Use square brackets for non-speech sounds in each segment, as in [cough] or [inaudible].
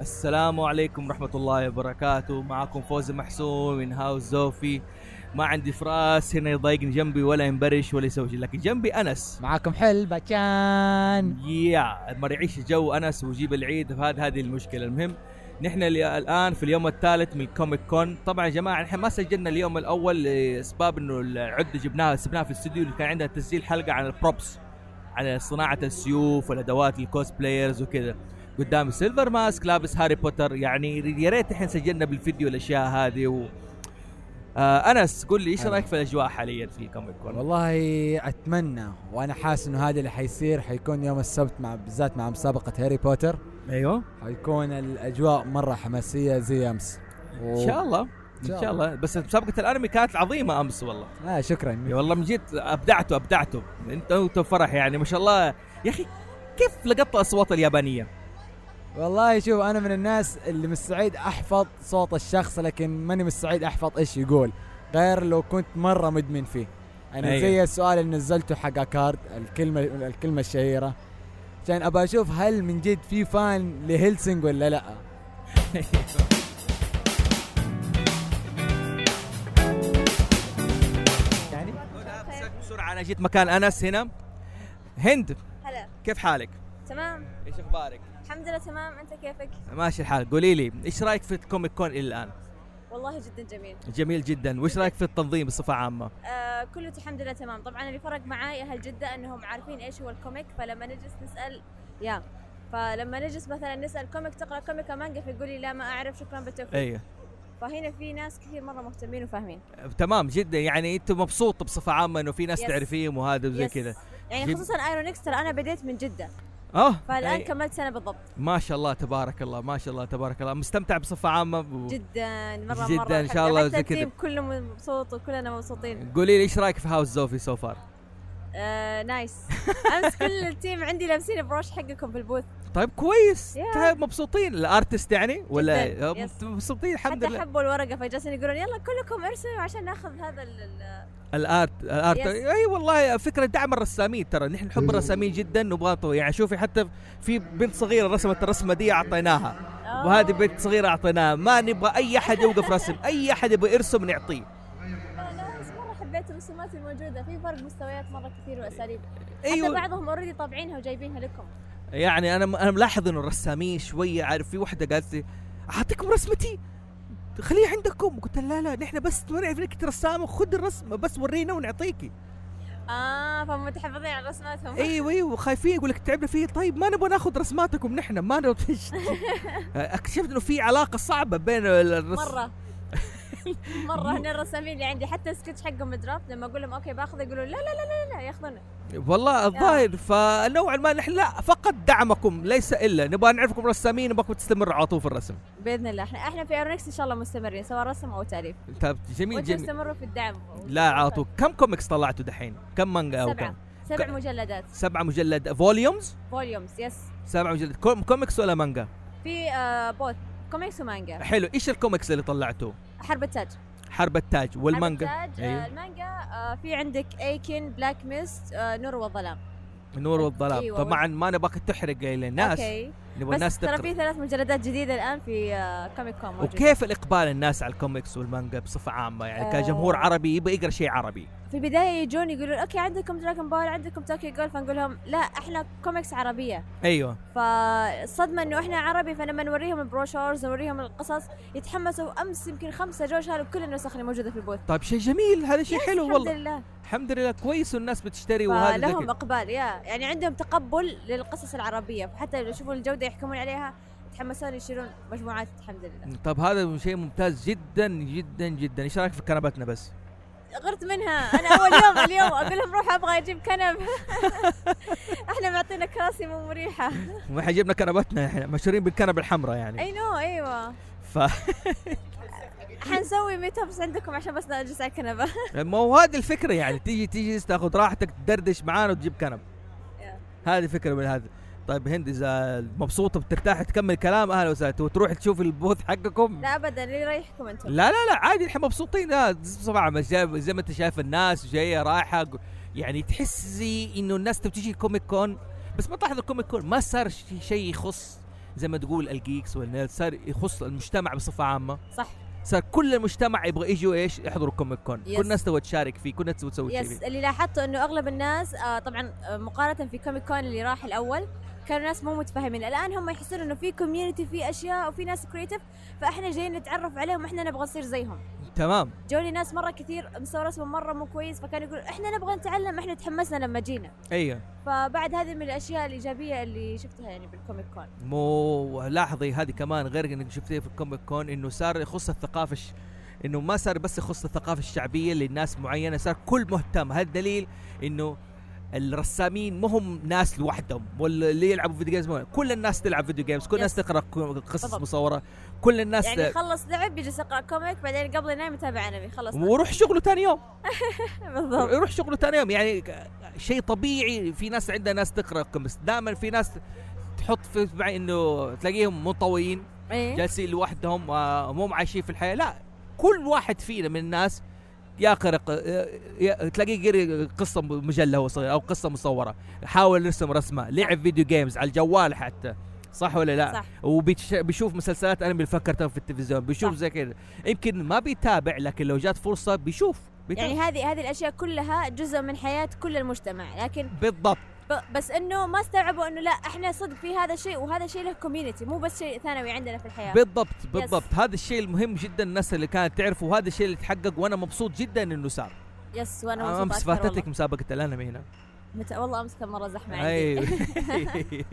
السلام عليكم ورحمة الله وبركاته معكم فوزي محسون من هاوس زوفي ما عندي فراس هنا يضايقني جنبي ولا ينبرش ولا يسوي شيء لكن جنبي أنس معاكم حلبة كان يا ما يعيش جو أنس ويجيب العيد فهذا هذه المشكلة المهم نحن اللي الان في اليوم الثالث من الكوميك كون طبعا يا جماعه نحن ما سجلنا اليوم الاول لاسباب انه العده جبناها سبناها في الاستوديو اللي كان عندنا تسجيل حلقه عن البروبس على صناعه السيوف والادوات الكوسبلايرز وكذا قدام سيلفر ماسك لابس هاري بوتر يعني يا ريت احنا سجلنا بالفيديو الاشياء هذه و... آه انس قول لي ايش رايك في الاجواء حاليا في الكوميك كون؟ والله اتمنى وانا حاسس انه هذا اللي حيصير حيكون يوم السبت مع بالذات مع مسابقه هاري بوتر ايوه حيكون الاجواء مره حماسيه زي امس و... ان شاء الله ان شاء الله بس مسابقه الانمي كانت عظيمه امس والله آه شكرا يا والله من جد ابدعته ابدعته انت انت فرح يعني ما شاء الله يا اخي كيف لقطت الاصوات اليابانيه؟ والله شوف انا من الناس اللي مستعد احفظ صوت الشخص لكن ماني مستعد احفظ ايش يقول غير لو كنت مره مدمن فيه انا أيوة. أيه. زي السؤال اللي نزلته حق كارد الكلمه الكلمه الشهيره عشان ابى اشوف هل من جد في فان لهيلسنج ولا لا يعني بسرعه انا جيت مكان انس هنا هند هلا كيف حالك؟ تمام ايش اخبارك؟ الحمد لله تمام انت كيفك ماشي الحال قولي لي ايش رايك في الكوميك كون الى الان؟ والله جدا جميل جميل جدا وايش رايك في التنظيم بصفه عامه؟ آه كله الحمد لله تمام طبعا اللي فرق معاي اهل جده انهم عارفين ايش هو الكوميك فلما نجلس نسال يا فلما نجلس مثلا نسال كوميك تقرا كوميك أو مانجا فيقول لي لا ما اعرف شكرا بالتوفيق ايوه فهنا في ناس كثير مره مهتمين وفاهمين تمام جدا يعني انت مبسوط بصفه عامه انه في ناس Yes. تعرفيهم وهذا وزي Yes. كذا يعني جد- خصوصا ايرونكس ترى انا بديت من جده اه فالان أي- كملت سنه بالضبط ما شاء الله تبارك الله ما شاء الله تبارك الله مستمتع بصفه عامه ب... جدا مره جداً، مره إن شاء الله حتى زي كذا. التيم كله مبسوط وكلنا مبسوطين قولي لي ايش رايك في هاوس زوفي سو فار؟ آه نايس [laughs] امس كل التيم عندي لابسين بروش حقكم في البوث طيب كويس Yeah. طيب مبسوطين الارتست يعني ولا جداً. Yes. مبسوطين الحمد حتى لله حبوا الورقه فجالسين يقولون يلا كلكم ارسلوا عشان ناخذ هذا ال- ال- الارت الارت Yes. اي والله فكره دعم الرسامين ترى نحن نحب الرسامين جدا نبغى نطور. يعني شوفي حتى في بنت صغيره رسمت الرسمه دي اعطيناها آه. وهذه بنت صغيره اعطيناها ما نبغى اي احد يوقف رسم اي احد يبغى يرسم نعطيه أنا بس مره حبيت الرسومات الموجوده في فرق مستويات مره كثير واساليب حتى ايوه بعضهم اوريدي طابعينها وجايبينها لكم يعني انا انا ملاحظ انه الرسامين شويه عارف في واحده قالت لي اعطيكم رسمتي خليه عندكم قلت لها لا لا نحن بس نعرف انك رسامه خذ الرسمه بس ورينا ونعطيكي اه فهم متحفظين على رسماتهم ايوه ايوه خايفين يقول لك تعبنا فيه طيب ما نبغى ناخذ رسماتكم نحن ما نبغى اكتشفت انه في علاقه صعبه بين ال- الرس... [laughs] مره مره هنا الرسامين اللي عندي حتى السكتش حقهم درافت لما اقول لهم اوكي باخذه يقولون لا لا لا لا, لا ياخذونه والله الظاهر فنوعا ما نحن لا فقط دعمكم ليس الا نبغى نعرفكم رسامين نبغاكم تستمروا على طول في الرسم باذن الله احنا احنا في ايرونكس ان شاء الله مستمرين سواء رسم او تاليف طب طيب، جميل وانتم جميل استمروا في الدعم لا على طول كم كوميكس طلعتوا دحين كم مانجا او كم سبعه سبع مجلدات سبعة مجلد فوليومز فوليومز يس سبعة مجلد كوم كوميكس ولا مانجا في آه بوث كوميكس ومانجا حلو ايش الكوميكس اللي طلعتوه حرب [laughs] التاج حرب التاج والمانجا حرب التاج آه أيوه. المانجا آه في عندك ايكن بلاك ميست آه نور والظلام نور والظلام أيوة. طبعا ما نبغاك تحرق للناس اوكي نبغى بس الناس ترى تقرا في ثلاث مجلدات جديده الان في آه كوميك كوم موجودة. وكيف الاقبال الناس على الكوميكس والمانجا بصفه عامه يعني آه. كجمهور عربي يبغى يقرا شيء عربي في البدايه يجون يقولون اوكي عندكم دراجون بول عندكم توكي جول فنقول لهم لا احنا كوميكس عربيه ايوه فالصدمه انه احنا عربي فلما نوريهم البروشورز نوريهم القصص يتحمسوا امس يمكن خمسه جوش شالوا كل النسخ اللي موجوده في البوث طيب شيء جميل هذا شيء حلو الحمد والله لله الحمد لله كويس والناس بتشتري وهذا زي فلهم كده. اقبال يا يعني عندهم تقبل للقصص العربيه فحتى لو يشوفون الجوده يحكمون عليها يتحمسون يشيلون مجموعات الحمد لله طب طيب، هذا شيء ممتاز جدا جدا جدا ايش رايك في كنبتنا بس غرت منها انا اول يوم اليوم اقول لهم روح ابغى اجيب كنب [laughs] احنا معطينا كراسي مو مريحه ما حجبنا كنبتنا احنا مشهورين بالكنب الحمراء يعني اي نو ايوه ف حنسوي ميت ابس عندكم عشان بس نجلس على الكنبه ما هو هذه الفكره يعني تيجي تيجي تاخذ راحتك تدردش معانا وتجيب كنب هذه فكره من هذا طيب هند اذا مبسوطه بترتاح تكمل كلام اهلا وسهلا وتروح تشوف البوث حقكم لا ابدا اللي يريحكم انتم لا لا لا عادي احنا مبسوطين لا بصراحه بس زي زي ما انت شايف الناس جايه رايحه يعني تحسي انه الناس تبي تجي كوميك كون بس ما تلاحظ الكوميك كون ما صار شيء شي يخص زي ما تقول الجيكس والنيل صار يخص المجتمع بصفه عامه صح. صار كل المجتمع يبغى يجوا ايش يحضروا كوميك كون يس. كل الناس تبغى تشارك فيه كل الناس تبغى تسوي شيء يس فيه اللي لاحظته انه اغلب الناس آه طبعا آه، مقارنه في كوميك كون اللي راح الاول كانوا ناس مو متفاهمين الان هم يحسون انه في كوميونتي في اشياء وفي ناس كريتيف فاحنا جايين نتعرف عليهم احنا نبغى نصير زيهم تمام جوني ناس مره كثير مصور رسمهم مره مو كويس فكان يقول احنا نبغى نتعلم احنا تحمسنا لما جينا ايوه فبعد هذه من الاشياء الايجابيه اللي شفتها يعني بالكوميك كون مو لاحظي هذه كمان غير انك شفتيه في الكوميك كون انه صار يخص الثقافه الش... انه ما صار بس يخص الثقافه الشعبيه للناس معينه صار كل مهتم هذا دليل انه الرسامين مو هم ناس لوحدهم ولا اللي يلعبوا فيديو جيمز مو- كل الناس تلعب فيديو جيمز كل الناس Yes. تقرا كو- قصص بالضبط. مصوره كل الناس يعني خلص لعب يجلس يقرا كوميك بعدين قبل ينام يتابع انمي خلص ويروح شغله ثاني يوم [laughs] بالضبط يروح شغله ثاني يوم يعني ك- شيء طبيعي في ناس عندها ناس تقرا كوميكس دائما في ناس تحط في مع انه تلاقيهم منطويين ايه جالسين لوحدهم آه، مو عايشين في الحياه لا كل واحد فينا من الناس يقرا آه، يا- تلاقيه قري قصه م- مجله هو صغير او قصه مصوره حاول يرسم رسمه لعب فيديو جيمز على الجوال حتى صح ولا لا صح. وبيشوف مسلسلات انا فكرتها في التلفزيون بيشوف صح. زي كذا يمكن ما بيتابع لكن لو جات فرصه بيشوف بيتابع. يعني هذه هذه الاشياء كلها جزء من حياه كل المجتمع لكن بالضبط ب- بس انه ما استوعبوا انه لا احنا صدق في هذا الشيء وهذا الشيء له كوميونتي مو بس شيء ثانوي عندنا في الحياه بالضبط بالضبط هذا الشيء المهم جدا الناس اللي كانت تعرفه وهذا الشيء اللي تحقق وانا مبسوط جدا انه صار يس وانا مبسوطه امس أكثر والله. فاتتك مسابقه الانمي هنا متى والله امس كان مره زحمه عندي ايوه أيوه.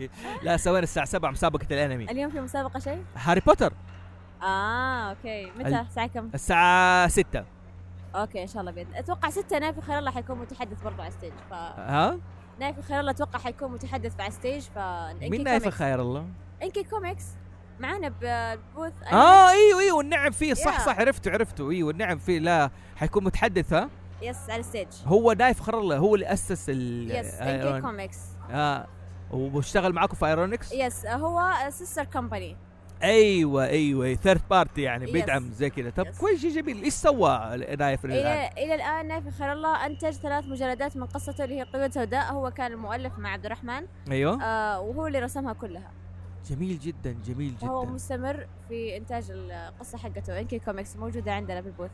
لا سوينا الساعه 7 مسابقه الانمي [laughs] اليوم في مسابقه شيء هاري بوتر اه اوكي متى الساعه كم الساعه 6 اوكي ان شاء الله باذن اتوقع ستة نايف خير الله حيكون متحدث برضه على الستيج ف ها نايف خير الله اتوقع حيكون متحدث على الستيج ف مين نايف خير الله انكي كوميكس معانا بالبوث اه ايوه ايوه النعم فيه صح Yeah. صح عرفته عرفته ايوه النعم فيه لا حيكون متحدث ها يس على الستيج هو نايف خير الله هو اللي اسس ال يس انكي ايرون كوميكس اه واشتغل معاكم في ايرونكس يس هو سيستر كومباني ايوه ايوه ثيرد بارتي يعني Yes. بيدعم زي كذا طب Yes. إيه. كويس شيء جميل ايش سوى نايف الان؟ الى الى الان نايف خير الله انتج ثلاث مجلدات من قصته اللي هي قيود سوداء هو كان المؤلف مع عبد الرحمن ايوه آه وهو اللي رسمها كلها جميل جدا جميل فهو جدا مستمر في انتاج القصه حقته انكي كوميكس موجوده عندنا بالبوث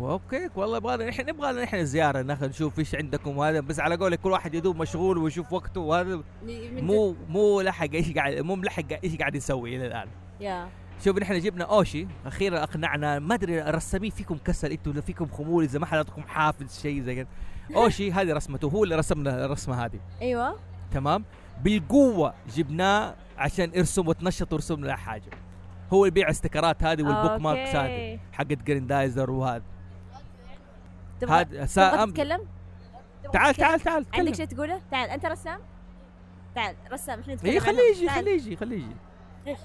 اوكي والله يبغى احنا نبغى لنا احنا زياره ناخذ نشوف ايش عندكم وهذا بس على قولك كل واحد يدوب مشغول ويشوف وقته وهذا من مو مو لحق ايش قاعد مو ملحق ايش قاعد يسوي الى الان جد- يا شوف نحن جبنا اوشي اخيرا اقنعنا ما ادري الرسامين فيكم كسل انتوا لا فيكم خمول اذا ما حد عندكم حافز شيء زي كذا اوشي هذه رسمته هو اللي رسمنا الرسمه هذه ايوه تمام بالقوه جبناه عشان يرسم وتنشط ويرسم لنا حاجه هو اللي يبيع استكرات هذه والبوك ماركس هذه أوكي. حقت جريندايزر وهذا تبغى- هذا تبغى سام تتكلم تبغى تعال تتكلم؟ تعال تعال عندك تكلم شيء تقوله تعال انت رسام تعال رسام احنا نتكلم اي عنه. إيه، خليه يجي تعال. خليه يجي خليه يجي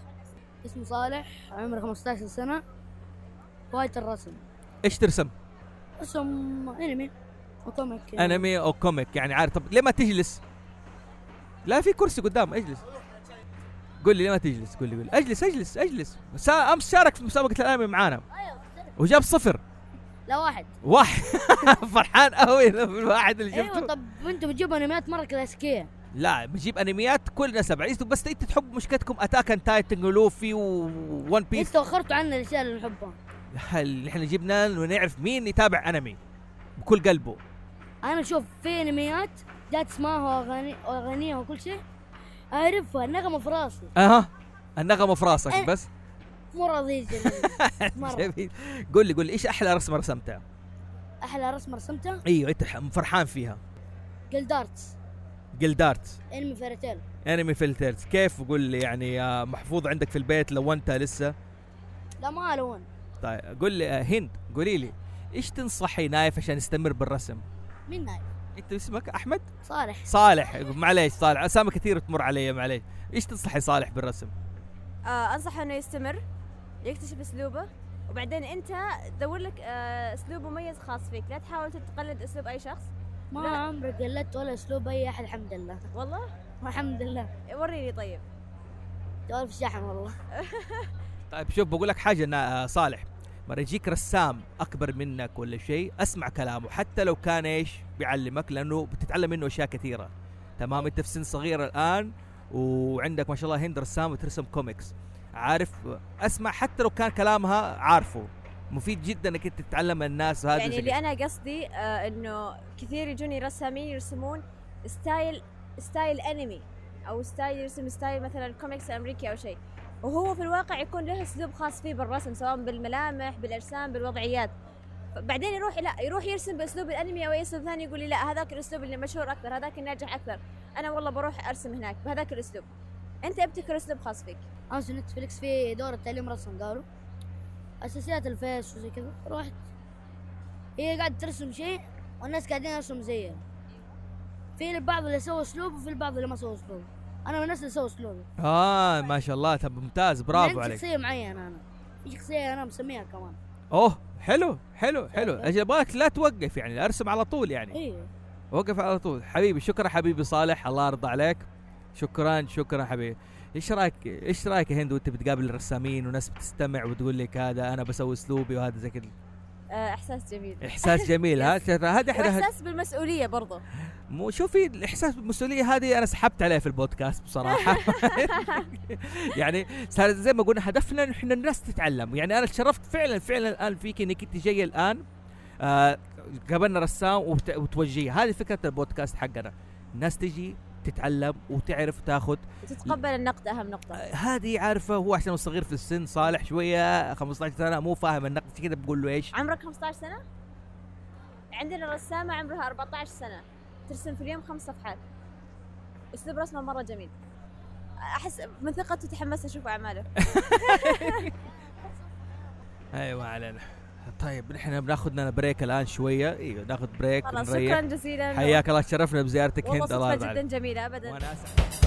اسمه صالح عمري 15 سنة هواية الرسم ايش ترسم؟ رسم انمي وكوميك إيه. يعني. انمي او كوميك يعني عارف طب ليه ما تجلس؟ لا في كرسي قدام اجلس قول لي ليه ما تجلس؟ قول لي قول لي اجلس اجلس اجلس سا- امس شارك في مسابقه الانمي معانا أيوة، وجاب صفر لا واحد واحد [laughs] فرحان [laughs] قوي بالواحد اللي أيوة، جبته ايوه طب انتم بتجيبوا انميات مرة كلاسيكية لا بنجيب انميات كلنا سبعة إيش- بس انت تحب مشكلتكم اتاك ان تايتن ولوفي وون انتوا بيس تاخرتوا عنا الاشياء اللي نحبها هل احنا جبنا ونعرف مين يتابع انمي بكل قلبه انا شوف في انميات جات اسمها واغاني واغانيها وكل شيء اعرفها النغمة في راسي اها النغمه في راسك أه. بس مو راضي يجي مرة [laughs] جميل. قول لي قول لي ايش احلى رسمه رسمتها؟ احلى رسمة رسمتها ايوه انت ح- فرحان فيها جلدارتس جلدارت انمي فيريتيل انمي فلترز كيف قول لي يعني آه، محفوظ عندك في البيت لو انت لسه لا ما الون طيب قول لي آه، هند قولي لي ايش تنصحي نايف عشان يستمر بالرسم؟ مين نايف انت اسمك احمد؟ صالح صالح معليش صالح اسامي كثير تمر علي معليش ايش تنصحي صالح بالرسم آه انصحه انه يستمر يكتشف اسلوبه وبعدين انت دور لك آه، اسلوب مميز خاص فيك لا تحاول تقلد اسلوب اي شخص ما لا. عمري قلدت ولا اسلوب اي احد الحمد لله والله والحمد لله وريني طيب جوال في الشحن والله طيب شوف بقول لك حاجه أنا آه، صالح مره يجيك رسام اكبر منك ولا شيء اسمع كلامه حتى لو كان ايش بيعلمك لانه بتتعلم منه اشياء كثيره تمام انت في سن صغير الان وعندك ما شاء الله هند رسام وترسم كوميكس عارف اسمع حتى لو كان كلامها عارفه مفيد جدا انك انت تتعلم من الناس وهذا يعني الشيء. اللي انا قصدي آه انه كثير يجوني رسامين يرسمون ستايل ستايل انمي او ستايل يرسم ستايل مثلا كوميكس امريكي او شيء وهو في الواقع يكون له اسلوب خاص فيه بالرسم سواء بالملامح بالارسام بالوضعيات بعدين يروح لا يروح يرسم باسلوب الانمي او اي اسلوب ثاني يقول لي لا هذاك الاسلوب اللي مشهور اكثر هذاك الناجح اكثر انا والله بروح ارسم هناك بهذاك الاسلوب انت ابتكر اسلوب خاص فيك امس نتفلكس في دورة تعليم رسم قالوا اساسيات الفيس وزي كذا رحت هي قاعدة ترسم شيء والناس قاعدين يرسم زيها في البعض اللي سوى اسلوب وفي البعض اللي ما سوى اسلوب انا من الناس اللي سوى اسلوبي اه ما شاء الله طب ممتاز برافو عندي عليك شخصية معينة انا في شخصية انا مسميها كمان اوه حلو حلو حلو طيب. اجل ابغاك لا توقف يعني ارسم على طول يعني ايوه وقف على طول حبيبي شكرا حبيبي صالح الله يرضى عليك شكرا شكرا حبيبي ايش رايك ايش رايك يا هند وانت بتقابل الرسامين وناس بتستمع وتقول لك هذا انا بسوي اسلوبي وهذا زي كذا آه احساس جميل احساس جميل ها ترى هذا احد واحساس بالمسؤوليه برضه مو شوفي الاحساس بالمسؤوليه هذه انا سحبت عليه في البودكاست بصراحه يعني صار زي ما قلنا هدفنا ان احنا الناس تتعلم يعني انا تشرفت فعلا فعلا الان فيك انك انت جايه الان آه قابلنا رسام وبت- وتوجيه هذه فكره البودكاست حقنا الناس تجي تتعلم وتعرف تاخذ تتقبل النقد اهم نقطه هذه عارفه هو عشان هو صغير في السن صالح شويه 15 سنه مو فاهم النقد كذا بقول له ايش عمرك 15 سنة؟ عندنا رسامة عمرها 14 سنة ترسم في اليوم خمس صفحات أسلوب رسمه مرة جميل أحس من ثقته تحمست [laughs] أشوف أعماله ايوه علينا طيب نحن بناخذ لنا بريك الان شويه ايوه ناخذ بريك خلاص ونريح شكرا جزيلا حياك الله تشرفنا بزيارتك والله هند الله صدفة يرضى جدا عليك جميلة أبدا وانا اسف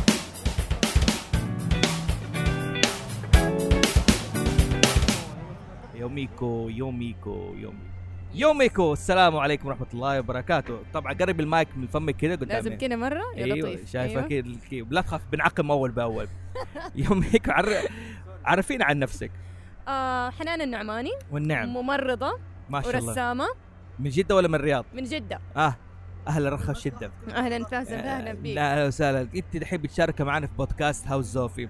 يوميكو يوميكو يوميكو يوميكو السلام عليكم ورحمه الله وبركاته طبعا قرب المايك من فمك كذا قدامي لازم كذا مره يا ايوه لطيف شايفه أيوه. كذا لا تخاف بنعقم اول باول يوميكو عر... عرفينا عن نفسك آه حنان النعماني والنعم ممرضه نعم. ما شاء الله ورسامه من جده ولا من الرياض؟ من جده اه اهلا رخص شده اهلا وسهلا اهلا آه، لا، بك اهلا وسهلا انت الحين بتشارك معنا في بودكاست هاوس زوفي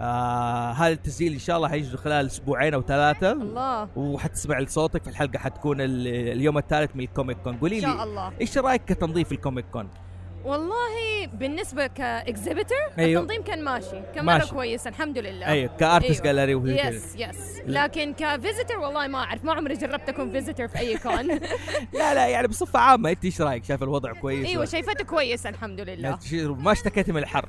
آه هذا التسجيل ان شاء الله حيجي خلال اسبوعين او ثلاثه الله وحتسمع صوتك في الحلقه حتكون ال- اليوم الثالث من الكوميك كون قولي ان شاء لي الله ايش رايك كتنظيف الكوميك كون؟ والله بالنسبه كاكزيبيتر ايوه التنظيم كان ماشي كان ماشي. مره كويس الحمد لله ايوه كارتست أيوه. جاليري وزي كذا. يس يس لكن كفيزيتر والله ما اعرف ما عمري جربت اكون فيزيتر في اي [laughs] كون [laughs] لا لا يعني بصفه عامه انت ايش رايك؟ شايف الوضع كويس؟ ايوه ولا- شايفته كويس الحمد لا لله تش- ما اشتكيت من الحر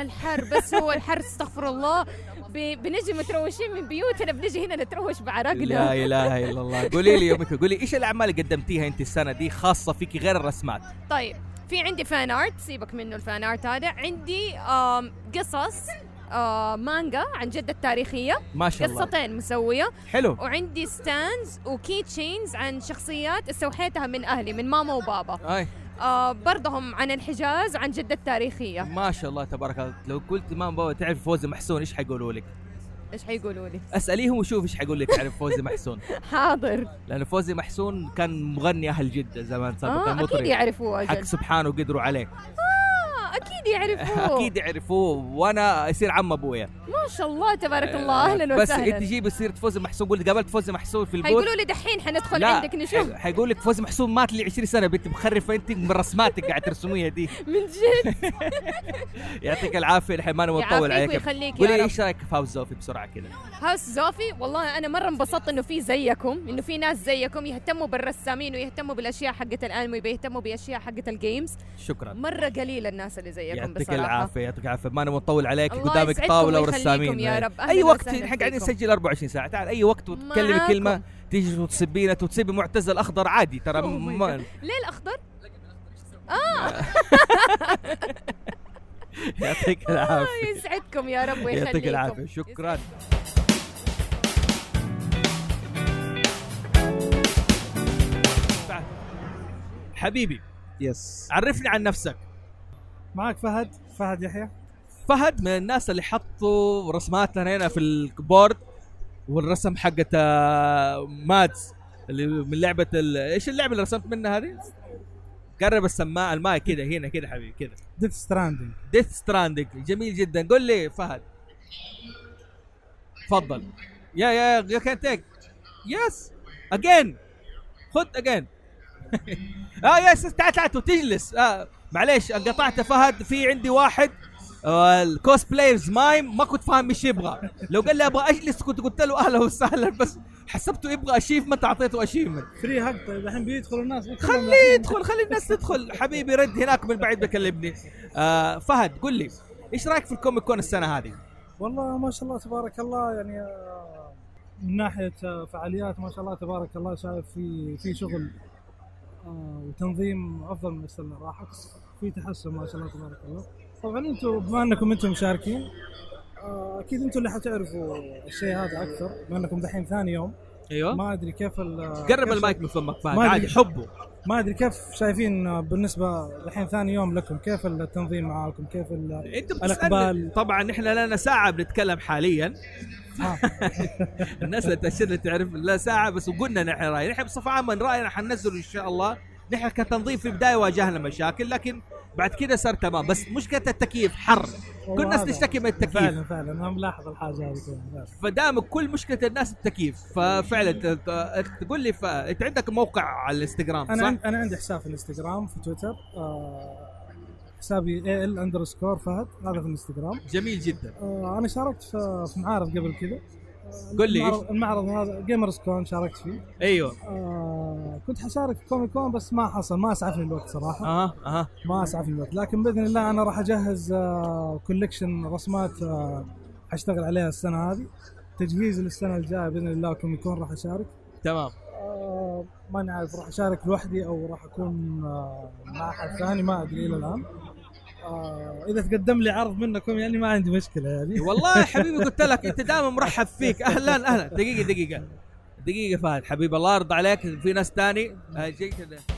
الحر بس هو الحر استغفر الله ب- بنجي متروشين من بيوتنا بنجي هنا نتروش لا بعرقنا اله الا الله قولي لي يومك قولي ايش الاعمال اللي قدمتيها انت السنه دي خاصه فيكي غير الرسمات طيب في عندي فان ارت سيبك منه الفان ارت هذا عندي آم، قصص آم، مانجا عن جد التاريخية ما شاء الله قصتين مسوية حلو وعندي ستاندز وكي تشينز عن شخصيات استوحيتها من أهلي من ماما وبابا اي آه برضهم عن الحجاز عن جدة التاريخية ما شاء الله تبارك الله لو قلت ما بابا تعرف فوزي محسون ايش حيقولوا لك إيش حيقولوا لي [laughs] اساليهم وشوف ايش حيقول لك تعرف فوزي محسون حاضر لانه فوزي محسون كان مغني اهل جده زمان سابقا آه أكيد مطرب يعرفوه حق أجل سبحانه قدروا عليه آه أكيد [laughs] يعرفوه اكيد يعرفوه وانا يصير عم ابويا ما شاء الله تبارك الله أهلا بس انت وسهلا جيب سيره فوزي محسون قلت قابلت فوزي محسون في البوث حيقولوا لي دحين حندخل عندك [laughs] نشوف حي- حيقول لك فوزي محسون مات لي 20 سنه بنت مخرفه انت من رسماتك قاعد ترسميها دي من جد يعطيك العافيه الحين ما نبغى نطول يعافيك عليك ويخليك يا قولي رب. لي ايش رايك في هاوس زوفي بسرعه كذا هاوس زوفي والله انا مره انبسطت انه في زيكم انه في ناس زيكم يهتموا بالرسامين ويهتموا بالاشياء حقت الانمي بيهتموا باشياء حقت الجيمز شكرا مره قليل الناس اللي زيكم يعطيك بصراحه العافيه يعطيك العافيه ما نبغى نطول عليك الله قدامك يسعدكم طاوله ويخليكم ورسامين يا رب. أهلاً اي وقت وسهلاً احنا قاعدين فيكم. نسجل 24 ساعه تعال اي وقت وتكلمي معاكم. كلمه تيجي وتسبينا وتسبي معتز الاخضر عادي ترى Oh my ما- ليه الاخضر؟ يعطيك الله [laughs] العافيه [laughs] يسعدكم يا رب ويخليكم يعطيك العافيه شكرا حبيبي يس عرفني عن نفسك معك فهد فهد يحيى فهد من الناس اللي حطوا رسمات لنا هنا في البورد والرسم حقت آه، مادز اللي من لعبه ال... ايش اللعبه اللي رسمت منها هذه؟ قرب السماعه المايك كذا هنا كذا حبيبي كذا ديث ستراندنج ديث ستراندنج جميل جدا قول لي فهد تفضل يا يا يو كان تيك يس اجين خذ [laughs] اجين اه يس يس، تعال تعال تجلس آه معليش قطعت فهد في عندي واحد آه، الكوسبلايرز مايم ما كنت فاهم ايش يبغى لو قال لي ابغى اجلس كنت قلت له اهلا وسهلا بس حسبته يبغى اشيفمنت اعطيته اشيفمنت فري هاج طيب الحين بيدخلوا الناس بيدخلوا خليه الناس. يدخل خلي الناس تدخل حبيبي رد هناك من بعيد بكلمني آه فهد قل لي ايش رايك في الكوميك كون السنه هذه؟ والله ما شاء الله تبارك الله يعني آه، من ناحيه آه، فعاليات ما شاء الله تبارك الله شايف في في شغل آه، وتنظيم افضل من السنه راحت في تحسن ما شاء الله تبارك الله طبعا انتم بما انكم انتم مشاركين آه، اكيد انتم اللي حتعرفوا الشيء هذا اكثر بما انكم دحين ثاني يوم ايوه ما ادري كيف ال- قرب كيف- المايك من فمك فهد ما أدري. عادي حبه ما ادري كيف شايفين بالنسبه الحين ثاني يوم لكم كيف التنظيم معاكم كيف ال انت بتسالني الإقبال. طبعا احنا لنا ساعه بنتكلم حاليا آه. [laughs] الناس اللي تاشر اللي تعرف لا ساعه بس وقلنا نحن راينا نحن بصفه عامه من راينا حننزل ان شاء الله نحن كتنظيف في البدايه واجهنا مشاكل لكن بعد كده صار تمام بس مشكله التكييف حر كل الناس هذا. تشتكي من التكييف فعلا فعلا انا ملاحظ الحاجه هذه كمان، فعلاً. فدائما كل مشكله الناس التكييف ففعلا ت- ت- تقول لي ف... انت عندك موقع على الانستغرام انا صح؟ عن- انا عندي حساب في الانستغرام في تويتر آه، حسابي اي ال اندرسكور فهد هذا في الانستغرام جميل جدا آه، انا شاركت في في معارض قبل كذا آه، قل لي المعرض- المعرض هذا جيمرز كون شاركت فيه ايوه آه، كنت حشارك في كوميك كون بس ما حصل ما اسعفني الوقت صراحه اها اها ما اسعفني الوقت لكن باذن الله انا راح اجهز كوليكشن رسمات آه، حاشتغل عليها السنه هذه تجهيز للسنه الجايه باذن الله كوميك كون راح اشارك تمام آه، ما نعرف راح اشارك لوحدي او راح اكون آه، مع احد ثاني ما ادري الى الان آه، اذا تقدم لي عرض منكم يعني ما عندي مشكله [laughs] يعني والله يا حبيبي قلت لك انت دائما مرحب فيك اهلا اهلا دقيقه دقيقه دقيقه فهد حبيبي الله يرضى عليك في ناس تاني آه، جيت ال-